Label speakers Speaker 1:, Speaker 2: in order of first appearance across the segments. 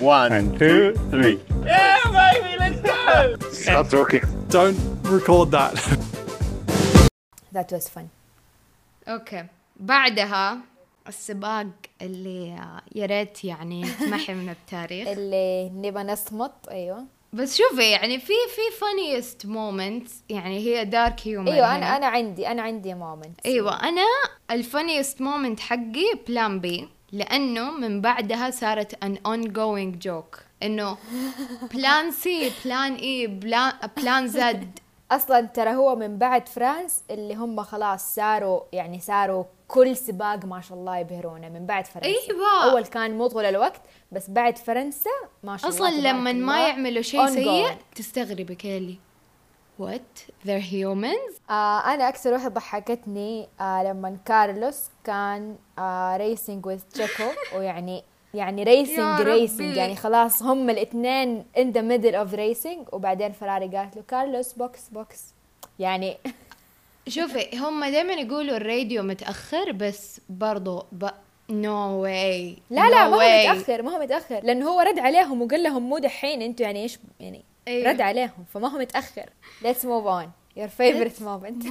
Speaker 1: One,
Speaker 2: And two, three.
Speaker 1: Yeah, baby, let's go.
Speaker 2: Stop talking.
Speaker 3: Don't record that.
Speaker 4: That was fun.
Speaker 5: اوكي بعدها السباق اللي يا ريت يعني تمحي من التاريخ
Speaker 4: اللي نبى نصمت ايوه
Speaker 5: بس شوفي يعني في في فانيست مومنت يعني هي دارك هيومر
Speaker 4: ايوه انا انا عندي انا عندي مومنت
Speaker 5: ايوه انا الفانيست مومنت حقي بلان بي لانه من بعدها صارت ان اون جوينج جوك انه بلان سي بلان اي بلان زد
Speaker 4: اصلا ترى هو من بعد فرانس اللي هم خلاص صاروا يعني صاروا كل سباق ما شاء الله يبهرونا من بعد فرنسا
Speaker 5: أيوة.
Speaker 4: اول كان مو طول الوقت بس بعد فرنسا ما شاء الله
Speaker 5: اصلا لما
Speaker 4: تبارك
Speaker 5: ما
Speaker 4: الله.
Speaker 5: يعملوا شيء سيء
Speaker 4: ongoing.
Speaker 5: تستغربي كيلي وات ذير هيومنز
Speaker 4: آه انا اكثر واحده ضحكتني آه لما كارلوس كان آه ريسنج وذ تشيكو ويعني يعني ريسنج
Speaker 5: يا
Speaker 4: ريسنج
Speaker 5: ربي.
Speaker 4: يعني خلاص هم الاثنين ان ذا ميدل اوف ريسنج وبعدين فراري قالت له كارلوس بوكس بوكس يعني
Speaker 5: شوفي هم دائما يقولوا الراديو متاخر بس برضو ب... نو واي
Speaker 4: لا لا ما هو متاخر ما هو متاخر لانه هو رد عليهم وقال لهم مو دحين انتوا يعني ايش يعني
Speaker 5: أيوه.
Speaker 4: رد عليهم فما هو متاخر let's move on your favorite moment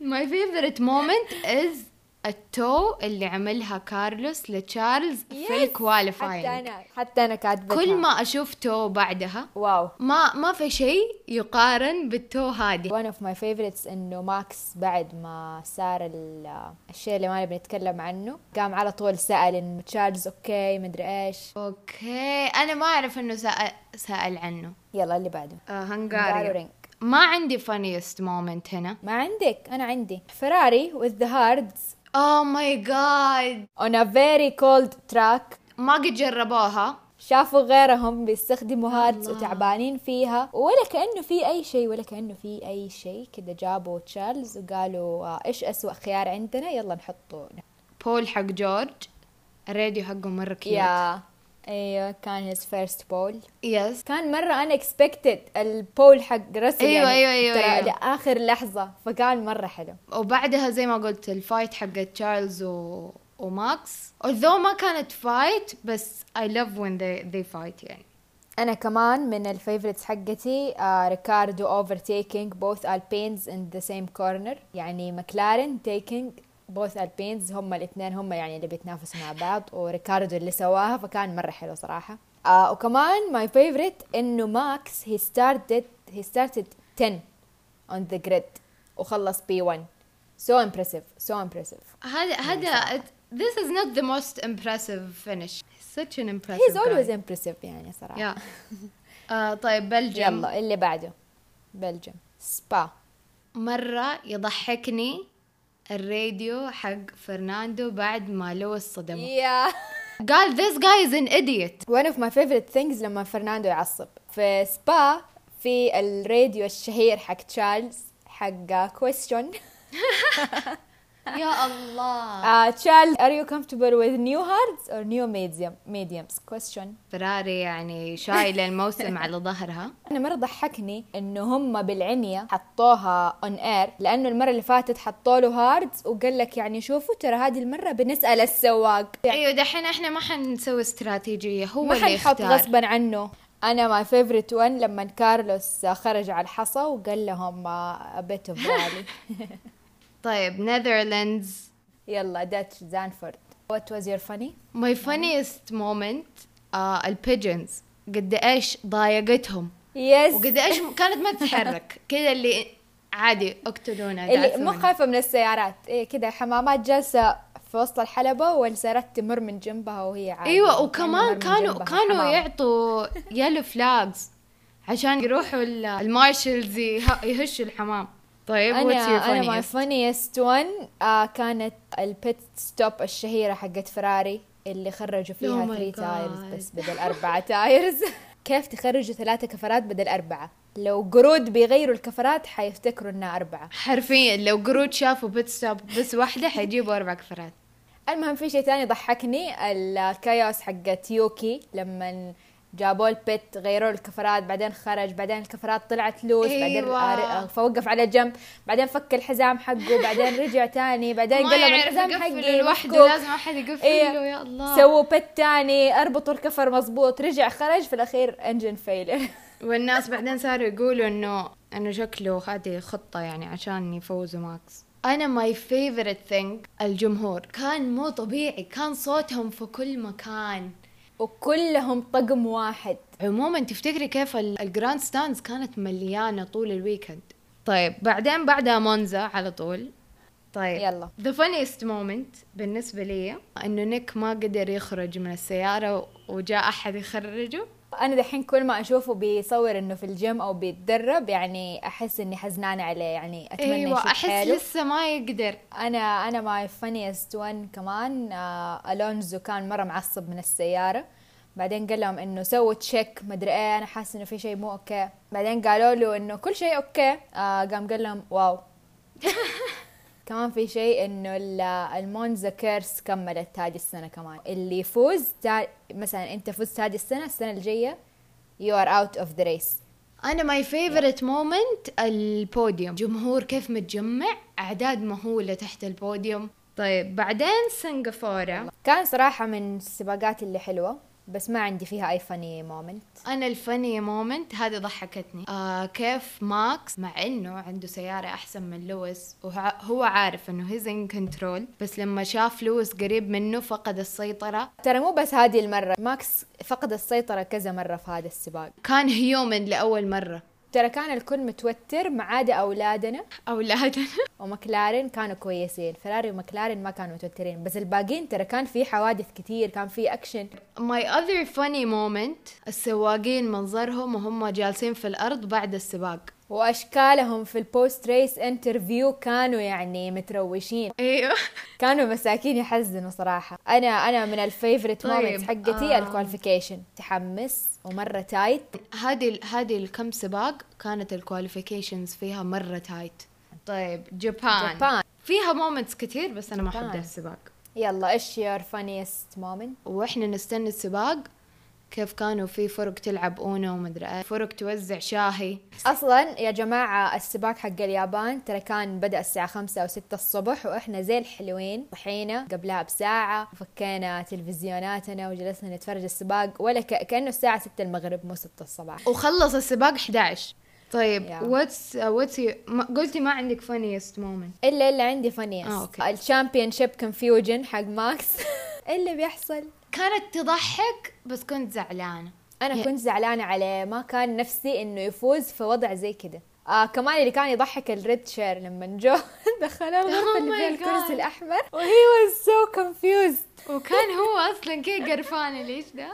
Speaker 5: ماي فيفرت مومنت از التو اللي عملها كارلوس لتشارلز في
Speaker 4: Yes. حتى
Speaker 5: الكواليفاينج
Speaker 4: انا حتى انا كاتبتها
Speaker 5: كل ما اشوف تو بعدها
Speaker 4: واو
Speaker 5: ما ما في شيء يقارن بالتو هذه
Speaker 4: one of my favorites انه ماكس بعد ما صار ال- الشيء اللي ما نبي نتكلم عنه قام على طول سأل انه تشارلز اوكي مدري ايش
Speaker 5: اوكي انا ما اعرف انه سأل, سأل عنه
Speaker 4: يلا اللي بعده
Speaker 5: آه،
Speaker 4: هنغاريا
Speaker 5: هنغاريا
Speaker 4: رينج.
Speaker 5: ما عندي فانيست مومنت هنا
Speaker 4: ما عندك انا عندي فراري with the hards
Speaker 5: اوه ماي جاد
Speaker 4: on a very cold track
Speaker 5: ما قد جربوها
Speaker 4: شافوا غيرهم بيستخدموا هاردز وتعبانين فيها ولا كأنه في أي شيء ولا كأنه في أي شيء كده جابوا تشارلز وقالوا آه، إيش أسوأ خيار عندنا يلا نحطه
Speaker 5: بول حق جورج الراديو حقه مره كيوت
Speaker 4: يا ايوه كان هيز فيرست بول
Speaker 5: يس
Speaker 4: كان مرة أنا اكسبكتد البول حق رسل
Speaker 5: أيوة،
Speaker 4: يعني
Speaker 5: أيوة، أيوة،
Speaker 4: ترى
Speaker 5: أيوة.
Speaker 4: لآخر لحظة فكان مرة حلو
Speaker 5: وبعدها زي ما قلت الفايت حق تشارلز و... وماكس although ما كانت فايت بس I love when they, they fight يعني
Speaker 4: أنا كمان من الفيفورتس حقتي آه ريكاردو اوفر تيكينج بوث البينز ان ذا سيم كورنر يعني مكلارن تيكينج بوث البينز هم الاثنين هم يعني اللي بيتنافسوا مع بعض وريكاردو اللي سواها فكان مرة حلو صراحة آه وكمان ماي فيفورت انه ماكس هي ستارتد هي ستارتد 10 on the grid وخلص B1 so impressive so impressive
Speaker 5: هذا هذا it- this is not the most impressive finish he's such an impressive
Speaker 4: he's always
Speaker 5: guy.
Speaker 4: impressive يعني صراحة
Speaker 5: yeah. آه طيب بلجيم يلا.
Speaker 4: يلا اللي بعده بلجيم سبا
Speaker 5: مرة يضحكني الراديو حق فرناندو بعد ما لويس صدمه
Speaker 4: يا
Speaker 5: قال this guy is an idiot
Speaker 4: one of my favorite things لما فرناندو يعصب في سبا في الراديو الشهير حق تشارلز حق question
Speaker 5: يا الله
Speaker 4: uh, Charles are you comfortable with new hearts or new medium mediums question
Speaker 5: فراري يعني شايلة الموسم على ظهرها
Speaker 4: انا مره ضحكني انه هم بالعنية حطوها اون اير لانه المره اللي فاتت حطوا له هاردز وقال لك يعني شوفوا ترى هذه المره بنسال السواق يعني
Speaker 5: ايوه دحين احنا ما حنسوي استراتيجيه هو
Speaker 4: ما
Speaker 5: اللي
Speaker 4: حنحط
Speaker 5: يختار
Speaker 4: غصبا عنه انا ماي فيفورت ون لما كارلوس خرج على الحصى وقال لهم "Uh, بيتو برالي
Speaker 5: طيب نذرلاندز
Speaker 4: يلا داتش زانفورد وات واز يور فاني
Speaker 5: ماي فانيست مومنت البيجنز آه، قد ايش ضايقتهم
Speaker 4: يس
Speaker 5: وقد ايش كانت ما تتحرك كذا اللي عادي اقتلونا
Speaker 4: اللي
Speaker 5: دعسونا.
Speaker 4: مو خايفه من السيارات إيه كده الحمامات جالسه في وسط الحلبة والسيارات تمر من جنبها وهي عادي
Speaker 5: ايوه
Speaker 4: كأنها مر
Speaker 5: وكمان
Speaker 4: من
Speaker 5: كانوا
Speaker 4: جنبها
Speaker 5: كانوا
Speaker 4: حمامة.
Speaker 5: يعطوا يلو فلاجز عشان يروحوا ال- المارشلز يه- يهشوا الحمام طيب what's your
Speaker 4: انا انا ماي
Speaker 5: funniest؟
Speaker 4: فانيست ون آه كانت البيت ستوب الشهيره حقت فراري اللي خرجوا فيها
Speaker 5: Oh my
Speaker 4: 3 تايرز
Speaker 5: God.
Speaker 4: بس بدل أربعة تايرز كيف تخرجوا ثلاثة كفرات بدل أربعة لو قرود بيغيروا الكفرات حيفتكروا انها أربعة
Speaker 5: حرفيا لو قرود شافوا بيت ستوب بس واحده حيجيبوا اربع كفرات
Speaker 4: المهم في شيء تاني ضحكني الكايوس حقت يوكي لما جابوا البت غيروا الكفرات بعدين خرج بعدين الكفرات طلعت لوس بعدين
Speaker 5: أيوة.
Speaker 4: آر- فوقف على جنب بعدين فك الحزام حقه بعدين رجع تاني بعدين
Speaker 5: ما
Speaker 4: قال لهم
Speaker 5: يعرف
Speaker 4: الحزام
Speaker 5: يقفل
Speaker 4: حقي
Speaker 5: لوحده
Speaker 4: مسكوك.
Speaker 5: لازم احد يقفل
Speaker 4: إيه.
Speaker 5: له يا الله
Speaker 4: سووا بت تاني اربطوا الكفر مزبوط رجع خرج في الاخير انجن فيلر
Speaker 5: والناس بعدين صاروا يقولوا انه انه شكله هذه خطه يعني عشان يفوزوا ماكس انا ماي فيفورت ثينج الجمهور كان مو طبيعي كان صوتهم في كل مكان
Speaker 4: وكلهم طقم واحد
Speaker 5: عموما تفتكري كيف ال- الجراند ستاندز كانت مليانه طول الويكند طيب بعدين بعدها مونزا على طول طيب
Speaker 4: يلا.
Speaker 5: ذا فانيست مومنت بالنسبه لي انه نيك ما قدر يخرج من السياره وجاء احد يخرجه
Speaker 4: انا دحين كل ما اشوفه بيصور انه في الجيم او بيتدرب يعني احس اني حزنانه عليه يعني اتمنى
Speaker 5: ايوه
Speaker 4: يشوف
Speaker 5: احس
Speaker 4: حاله.
Speaker 5: لسه ما يقدر
Speaker 4: انا انا ماي فانيست وان كمان آه الونزو كان مره معصب من السياره بعدين قال لهم انه سووا تشيك مدري ايه انا حاسس انه في شيء مو اوكي بعدين قالوا له انه كل شيء اوكي آه قام قال لهم واو كمان في شيء انه ال- المونزا كيرس كملت هذه السنه كمان اللي يفوز تا... مثلا انت فزت هذه السنه السنه الجايه يو ار اوت اوف ذا ريس
Speaker 5: انا ماي فيفورت مومنت البوديوم جمهور كيف متجمع اعداد مهوله تحت البوديوم طيب بعدين سنغافوره
Speaker 4: كان صراحه من السباقات اللي حلوه بس ما عندي فيها اي فاني مومنت
Speaker 5: انا الفني مومنت هذه ضحكتني آه كيف ماكس مع انه عنده سياره احسن من لويس وهو عارف انه هيز ان كنترول بس لما شاف لويس قريب منه فقد السيطره
Speaker 4: ترى مو بس هذه المرة ماكس فقد السيطرة كذا مرة في هذا السباق
Speaker 5: كان هيومن لاول مره
Speaker 4: ترى كان الكل متوتر ما عدا أولادنا
Speaker 5: اولادنا
Speaker 4: ومكلارن كانوا كويسين فيراري ومكلارن ما كانوا متوترين بس الباقيين ترى كان في حوادث كتير كان في أكشن
Speaker 5: ماي اذر فاني مومنت السواقين منظرهم وهم جالسين في الارض بعد السباق
Speaker 4: وأشكالهم في البوست ريس انترفيو كانوا يعني متروشين
Speaker 5: ايوه
Speaker 4: كانوا مساكين يحزنوا صراحة أنا أنا من الفيفورت
Speaker 5: طيب،
Speaker 4: مومنتس حقتي
Speaker 5: آه.
Speaker 4: الكواليفيكيشن تحمس ومرة تايت
Speaker 5: هذه ال- هذه الكم سباق كانت الكواليفيكيشنز فيها مره تايت طيب جابان
Speaker 4: جابان.
Speaker 5: فيها مومنتس كتير بس انا ما احب
Speaker 4: جابان.
Speaker 5: ده السباق
Speaker 4: يلا إيش يور فانيست مومنت
Speaker 5: واحنا نستنى السباق كيف كانوا في فرق تلعب اونو ومدري ايه فرق توزع شاهي
Speaker 4: اصلا يا جماعه السباق حق اليابان ترى كان بدا الساعه خمسة او ستة الصبح واحنا زي الحلوين صحينا قبلها بساعه وفكينا تلفزيوناتنا وجلسنا نتفرج السباق ولا ك... كانه الساعه ستة المغرب مو ستة الصباح
Speaker 5: وخلص السباق 11 طيب
Speaker 4: Yeah.
Speaker 5: واتس واتس قلتي ما عندك فانيست مومنت
Speaker 4: الا الا عندي فنيست
Speaker 5: آه، أوكي.
Speaker 4: الشامبيون شيب كونفيوجن حق ماكس إيه اللي بيحصل
Speaker 5: كانت تضحك بس كنت زعلانه
Speaker 4: انا
Speaker 5: Yeah.
Speaker 4: كنت زعلانه عليه ما كان نفسي انه يفوز في وضع زي كده آه كمان اللي كان يضحك الريد شير لما جو دخلها الغرفه
Speaker 5: Oh
Speaker 4: اللي فيها
Speaker 5: my God. Oh,
Speaker 4: الكرسي الاحمر وهي واز سو كونفيوزد
Speaker 5: وكان هو اصلا كي قرفان ليش ده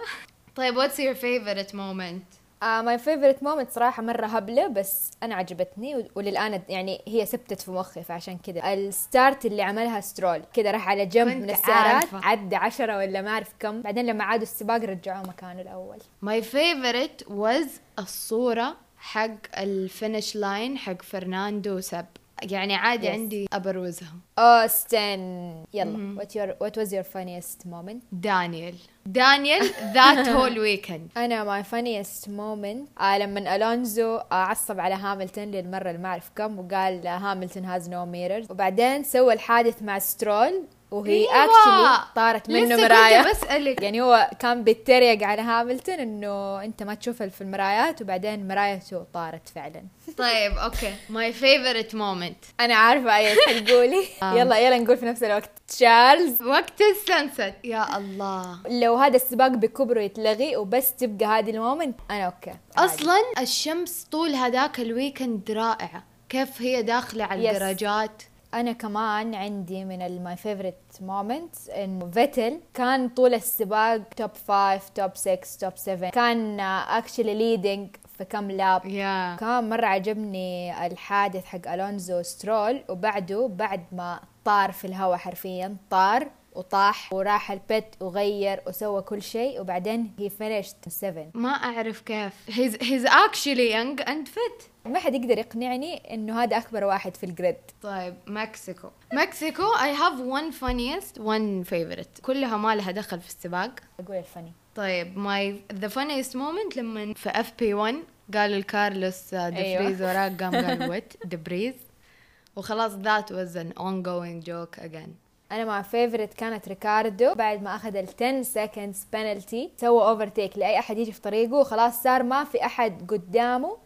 Speaker 5: طيب واتس يور فيفورت مومنت
Speaker 4: ماي فيفورت مومنت صراحة مرة هبلة بس أنا عجبتني و- وللآن يعني هي سبتت في مخي فعشان كذا الستارت اللي عملها سترول كذا راح على جنب
Speaker 5: كنت
Speaker 4: من السيارات
Speaker 5: عارفة.
Speaker 4: عدى عشرة ولا ما أعرف كم بعدين لما عادوا السباق رجعوه مكانه الأول
Speaker 5: ماي فيفورت واز الصورة حق الفينش لاين حق فرناندو وسب يعني عادي
Speaker 4: Yes.
Speaker 5: عندي ابروزهم
Speaker 4: أوستن يلا وات يور وات واز يور فانيست مومنت
Speaker 5: دانيال دانيال ذات هول ويكند
Speaker 4: أنا ماي فانيست مومنت آه، لما ألونزو آه، عصب على هاملتون للمرة اللي ما أعرف كم وقال آه، هاملتون هاز نو ميررز وبعدين سوى الحادث مع سترول وهي
Speaker 5: إيوه.
Speaker 4: اكشلي طارت منه
Speaker 5: لسه
Speaker 4: مرايه
Speaker 5: كنت بسألك
Speaker 4: يعني هو كان بيتريق على هاملتون انه انت ما تشوف في المرايات وبعدين مرايته طارت فعلا
Speaker 5: طيب اوكي ماي فيفورت مومنت
Speaker 4: انا عارفه ايش حتقولي آه. يلا يلا نقول في نفس الوقت تشارلز
Speaker 5: وقت السنسد يا الله
Speaker 4: لو هذا السباق بكبره يتلغي وبس تبقى هذه المومنت انا اوكي عادي.
Speaker 5: اصلا الشمس طول هذاك الويكند رائعة كيف هي داخلة على
Speaker 4: Yes.
Speaker 5: الجراجات
Speaker 4: انا كمان عندي من الماي فيفورت مومنت انه فيتل كان طول السباق توب 5 توب 6 توب 7 كان اكشلي ليدنج في كم لاب
Speaker 5: يا
Speaker 4: كان مرة عجبني الحادث حق ألونزو سترول وبعده بعد ما طار في الهواء حرفيا طار وطاح وراح البت وغير وسوى كل شيء وبعدين هي finished 7
Speaker 5: ما اعرف كيف هيز هيز اكشلي يونج اند فيت
Speaker 4: ما حد يقدر يقنعني انه هذا اكبر واحد في الجريد
Speaker 5: طيب مكسيكو مكسيكو I have one funniest one favorite كلها ما لها دخل في السباق
Speaker 4: اقول الفني
Speaker 5: طيب ماي ذا فانيست مومنت لما في اف بي 1 قالوا لكارلوس
Speaker 4: أيوة.
Speaker 5: دبريز وراك قام قال وات دبريز وخلاص ذات واز ان اون جوينج جوك اجين
Speaker 4: انا مع فيفرت كانت ريكاردو بعد ما اخذ ال 10 سكندز بنالتي سوى اوفرتيك لاي احد يجي في طريقه وخلاص صار ما في احد قدامه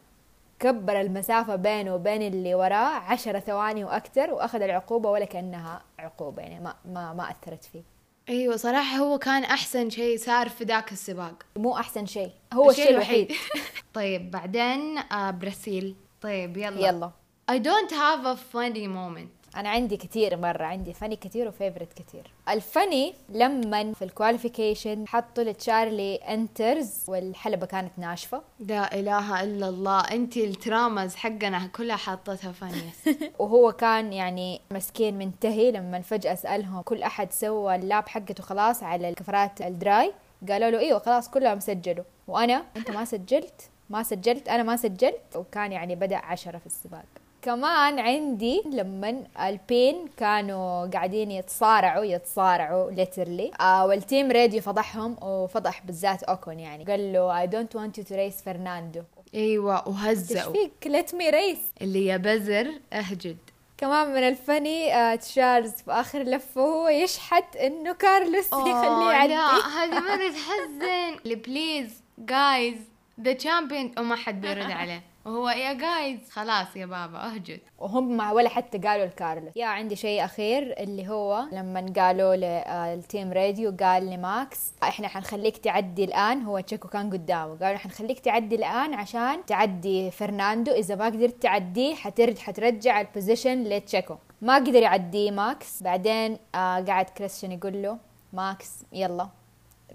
Speaker 4: كبر المسافة بينه وبين اللي وراه عشرة ثواني وأكثر وأخذ العقوبة ولا كأنها عقوبة يعني ما ما ما أثرت فيه
Speaker 5: ايوه صراحه هو كان احسن شيء صار في ذاك السباق
Speaker 4: مو أحسن شيء هو الشيء الوحيد
Speaker 5: طيب بعدين آه برازيل طيب يلا
Speaker 4: يلا
Speaker 5: I don't have a funny moment
Speaker 4: انا عندي كتير مره عندي فني كتير وفيفرت كتير الفني لما في الكواليفيكيشن حطوا لتشارلي انترز والحلبه كانت ناشفه
Speaker 5: لا اله الا الله انت الترامز حقنا كلها حاطتها فانيس
Speaker 4: وهو كان يعني مسكين منتهي لما فجاه سالهم كل احد سوى اللاب حقته خلاص على الكفرات الدراي قالوا له ايوه خلاص كلهم سجلوا وانا انت ما سجلت ما سجلت انا ما سجلت وكان يعني بدا عشرة في السباق كمان عندي لما البين كانوا قاعدين يتصارعوا يتصارعوا ليترلي آه والتيم راديو فضحهم وفضح بالذات اوكون يعني قال له I don't want you to race فرناندو
Speaker 5: ايوه
Speaker 4: ايش
Speaker 5: وهزأوا
Speaker 4: فيك let me race
Speaker 5: اللي يا بزر اهجد
Speaker 4: كمان من الفني آه، تشارلز في اخر لفه هو يشحت انه كارلوس يخليه يعدي
Speaker 5: آه، لا هذه مره تحزن بليز جايز ذا تشامبيون وما حد بيرد عليه وهو يا جايز خلاص يا بابا اهجد
Speaker 4: وهم ما ولا حتى قالوا لكارلوس يا عندي شيء اخير اللي هو لما قالوا آه، للتيم راديو قال لماكس احنا حنخليك تعدي الان هو تشيكو كان قدامه قالوا حنخليك تعدي الان عشان تعدي فرناندو اذا ما قدرت تعديه حترجع حترجع البوزيشن لتشيكو ما قدر يعديه ماكس بعدين آه قعد كريستيان يقول له ماكس يلا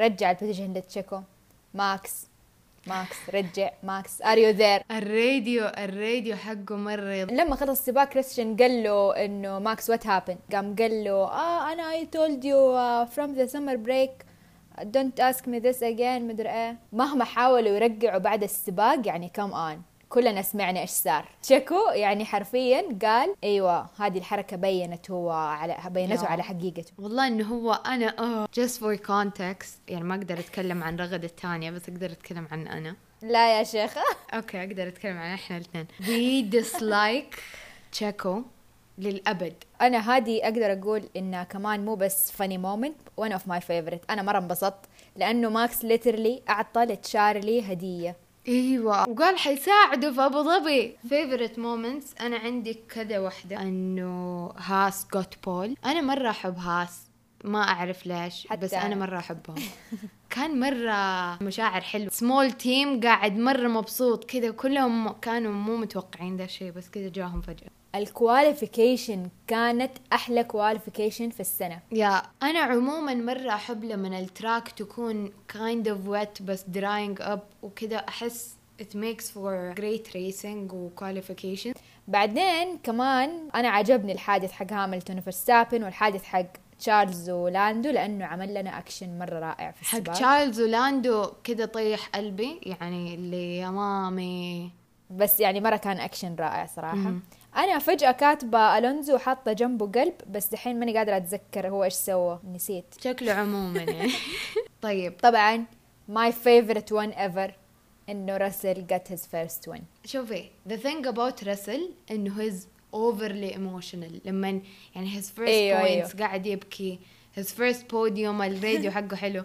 Speaker 4: رجع البوزيشن لتشيكو ماكس ماكس رجع ماكس ار يو ذير
Speaker 5: الراديو الراديو حقه مره
Speaker 4: لما خلص السباق كريستيان قال له انه ماكس وات هابن قام قال له اه انا اي تولد يو فروم ذا سمر بريك دونت اسك مي ذس اجين مدري ايه مهما حاولوا يرجعوا بعد السباق يعني كم ان كلنا سمعنا ايش صار تشيكو يعني حرفيا قال ايوه هذه الحركه بينت هو على بينته
Speaker 5: لا.
Speaker 4: على حقيقته
Speaker 5: والله انه هو انا اه just for context يعني ما اقدر اتكلم عن رغد الثانيه بس اقدر اتكلم عن انا
Speaker 4: لا يا شيخ
Speaker 5: اوكي اقدر اتكلم عن احنا الاثنين we dislike تشيكو للابد
Speaker 4: انا هذه اقدر اقول انها كمان مو بس فاني مومنت وان اوف ماي فيفورت انا مره انبسطت لانه ماكس ليترلي اعطى لتشارلي هديه
Speaker 5: ايوه وقال حيساعده في ابو ظبي فيفورت مومنتس انا عندي كذا وحده انه هاس جوت بول انا مره احب هاس ما اعرف ليش
Speaker 4: حتى
Speaker 5: بس انا
Speaker 4: أنا.
Speaker 5: مره احبهم كان مره مشاعر حلوه سمول تيم قاعد مره مبسوط كذا كلهم كانوا مو متوقعين ذا الشيء بس كذا جاهم فجاه
Speaker 4: الكواليفيكيشن كانت احلى كواليفيكيشن في السنه
Speaker 5: يا انا عموما مره احب لما التراك تكون kind of wet بس drying up وكذا احس it makes for great racing و qualification
Speaker 4: بعدين كمان انا عجبني الحادث حق هاملتون وفرستابن والحادث حق تشارلز ولاندو لانه عمل لنا اكشن مره رائع في
Speaker 5: حق
Speaker 4: السباق
Speaker 5: تشارلز ولاندو كذا طيح قلبي يعني اللي يا مامي
Speaker 4: بس يعني مره كان اكشن رائع صراحه انا فجاه كاتبه الونزو حاطه جنبه قلب بس دحين ماني قادره اتذكر هو ايش سوى نسيت
Speaker 5: شكله عموما يعني طيب
Speaker 4: طبعا ماي فيفورت وان ايفر انه راسل جت هيز فيرست وين
Speaker 5: شوفي the thing about رسل انه هيز overly emotional لما يعني his first
Speaker 4: أيوة،
Speaker 5: points
Speaker 4: أيوة.
Speaker 5: قاعد يبكي his first podium الراديو حقه حلو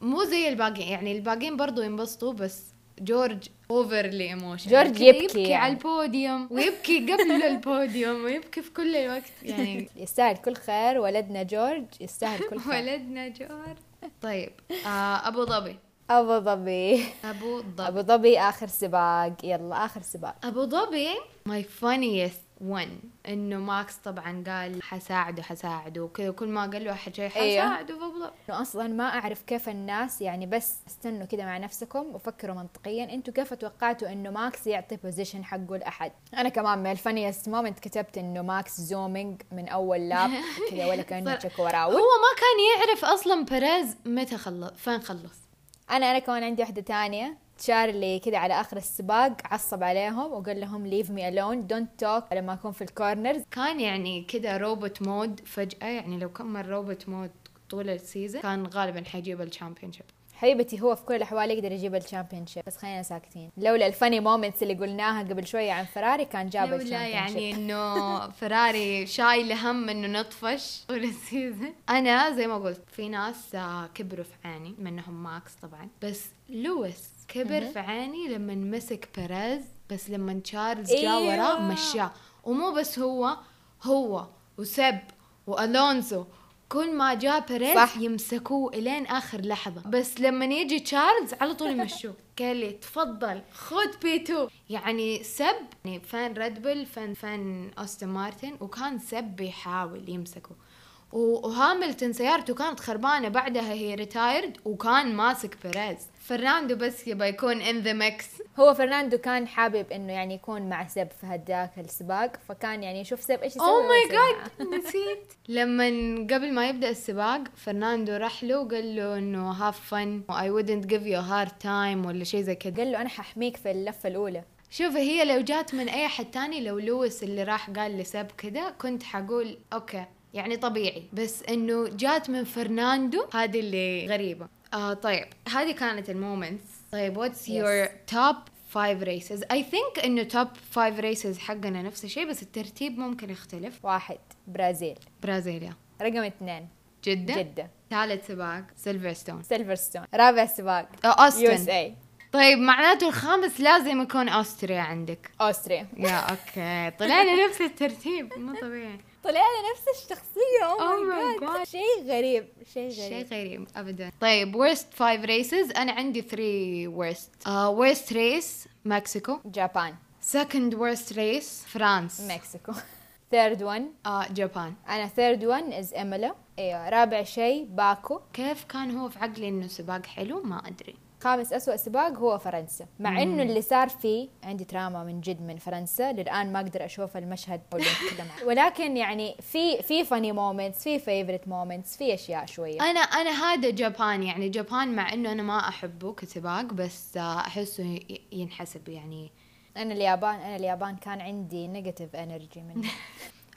Speaker 5: مو زي الباقيين يعني الباقيين برضو ينبسطوا بس جورج overly emotional
Speaker 4: جورج
Speaker 5: كده
Speaker 4: يبكي
Speaker 5: يبكي
Speaker 4: يعني.
Speaker 5: على البوديوم ويبكي قبل البوديوم ويبكي في كل الوقت يعني
Speaker 4: يستاهل كل خير ولدنا جورج يستاهل كل خير
Speaker 5: ولدنا جورج طيب آه ابو ظبي
Speaker 4: ابو ظبي
Speaker 5: ابو ظبي
Speaker 4: ابو ظبي اخر سباق يلا اخر سباق
Speaker 5: ابو ظبي ماي فانيست ون انه ماكس طبعا قال حساعده حساعده وكذا كل ما قال له احد شيء
Speaker 4: أيوه.
Speaker 5: حساعده في ابو ظبي
Speaker 4: انه اصلا ما اعرف كيف الناس يعني بس استنوا كده مع نفسكم وفكروا منطقيا انتوا كيف توقعتوا انه ماكس يعطي بوزيشن حقه لاحد انا كمان من الفانيست مومنت كتبت انه ماكس زومينج من اول لاب كده ولا كانه
Speaker 5: صار-
Speaker 4: تشيك وراه
Speaker 5: هو ما كان يعرف اصلا بيريز متى خلص فين خلص
Speaker 4: انا انا كمان عندي واحده تانية تشارلي كده على اخر السباق عصب عليهم وقال لهم ليف مي الون دونت توك لما اكون في الكورنرز
Speaker 5: كان يعني كذا روبوت مود فجاه يعني لو كمل روبوت مود طول السيزون كان غالبا حيجيب الشامبيون شيب
Speaker 4: حبيبتي هو في كل الاحوال يقدر يجيب الشامبيون شيب بس خلينا ساكتين لولا الفاني مومنتس اللي قلناها قبل شويه عن فراري كان جاب
Speaker 5: لولا
Speaker 4: الشامبيون
Speaker 5: يعني انه فراري شايله هم انه نطفش طول السيزون انا زي ما قلت في ناس آه، كبروا في عيني منهم ماكس طبعا بس لويس كبر في عيني لما مسك بيريز بس لما تشارلز جاء
Speaker 4: إيوه.
Speaker 5: وراه مشاه ومو بس هو هو وسب والونزو كل ما جاء بيريز
Speaker 4: صح.
Speaker 5: يمسكوه الين اخر لحظه بس لما يجي تشارلز على طول يمشوه كالي تفضل خد بيتو يعني سب يعني فان ريد بول فان فان اوستن مارتن وكان سب بيحاول يمسكه و- وهاملتون سيارته كانت خربانه بعدها هي ريتايرد وكان ماسك بيريز فرناندو بس يبى يكون ان ذا ميكس
Speaker 4: هو فرناندو كان حابب انه يعني يكون مع سب في هداك السباق فكان يعني يشوف سب ايش يسوي
Speaker 5: او
Speaker 4: وما
Speaker 5: ماي
Speaker 4: يسوي معاه.
Speaker 5: جاد نسيت لما قبل ما يبدا السباق فرناندو راح له وقال له انه هاف فن اي wouldn't give you a hard time ولا شيء زي كذا
Speaker 4: قال له انا ححميك في اللفه الاولى
Speaker 5: شوف هي لو جات من اي حد تاني لو لويس اللي راح قال لسب كذا كنت حقول اوكي يعني طبيعي بس انه جات من فرناندو هذه اللي غريبه آه طيب هذه كانت المومنتس طيب واتس يور توب فايف ريسز اي ثينك انه توب فايف ريسز حقنا نفس الشيء بس الترتيب ممكن يختلف
Speaker 4: واحد برازيل
Speaker 5: برازيليا
Speaker 4: رقم اثنين
Speaker 5: جدة
Speaker 4: جده
Speaker 5: ثالث سباق سيلفرستون
Speaker 4: سيلفرستون رابع سباق
Speaker 5: آه،
Speaker 4: يو إيه،
Speaker 5: أوستن.
Speaker 4: اس اي
Speaker 5: طيب معناته الخامس لازم يكون أستريا عندك
Speaker 4: اوستريا
Speaker 5: يا اوكي طلعنا نفس الترتيب مو طبيعي
Speaker 4: طلعنا نفس الشخصيه
Speaker 5: Oh
Speaker 4: او ماي
Speaker 5: my
Speaker 4: جاد
Speaker 5: God.
Speaker 4: شيء غريب شيء
Speaker 5: شيء
Speaker 4: غريب
Speaker 5: غريب ابدا طيب worst five races انا عندي 3 worst uh, worst race مكسيكو
Speaker 4: جابان
Speaker 5: second worst race فرانس
Speaker 4: مكسيكو ثيرد ون
Speaker 5: uh, جابان
Speaker 4: انا ثيرد ون از املا ايوه رابع شيء باكو
Speaker 5: كيف كان هو في عقلي انه سباق حلو ما ادري
Speaker 4: خامس أسوأ سباق هو فرنسا مع انه اللي صار فيه عندي تراما من جد من فرنسا للان ما اقدر اشوف المشهد اللي نتكلم عنه ولكن يعني في في فاني مومنتس في فيفرت مومنتس في اشياء شويه
Speaker 5: انا انا هذا جابان يعني جابان مع انه انا ما احبه كسباق بس آه، احسه ي- ينحسب يعني
Speaker 4: انا اليابان انا اليابان كان عندي نيجاتيف انرجي منه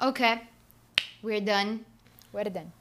Speaker 5: اوكي وير دن
Speaker 4: وردا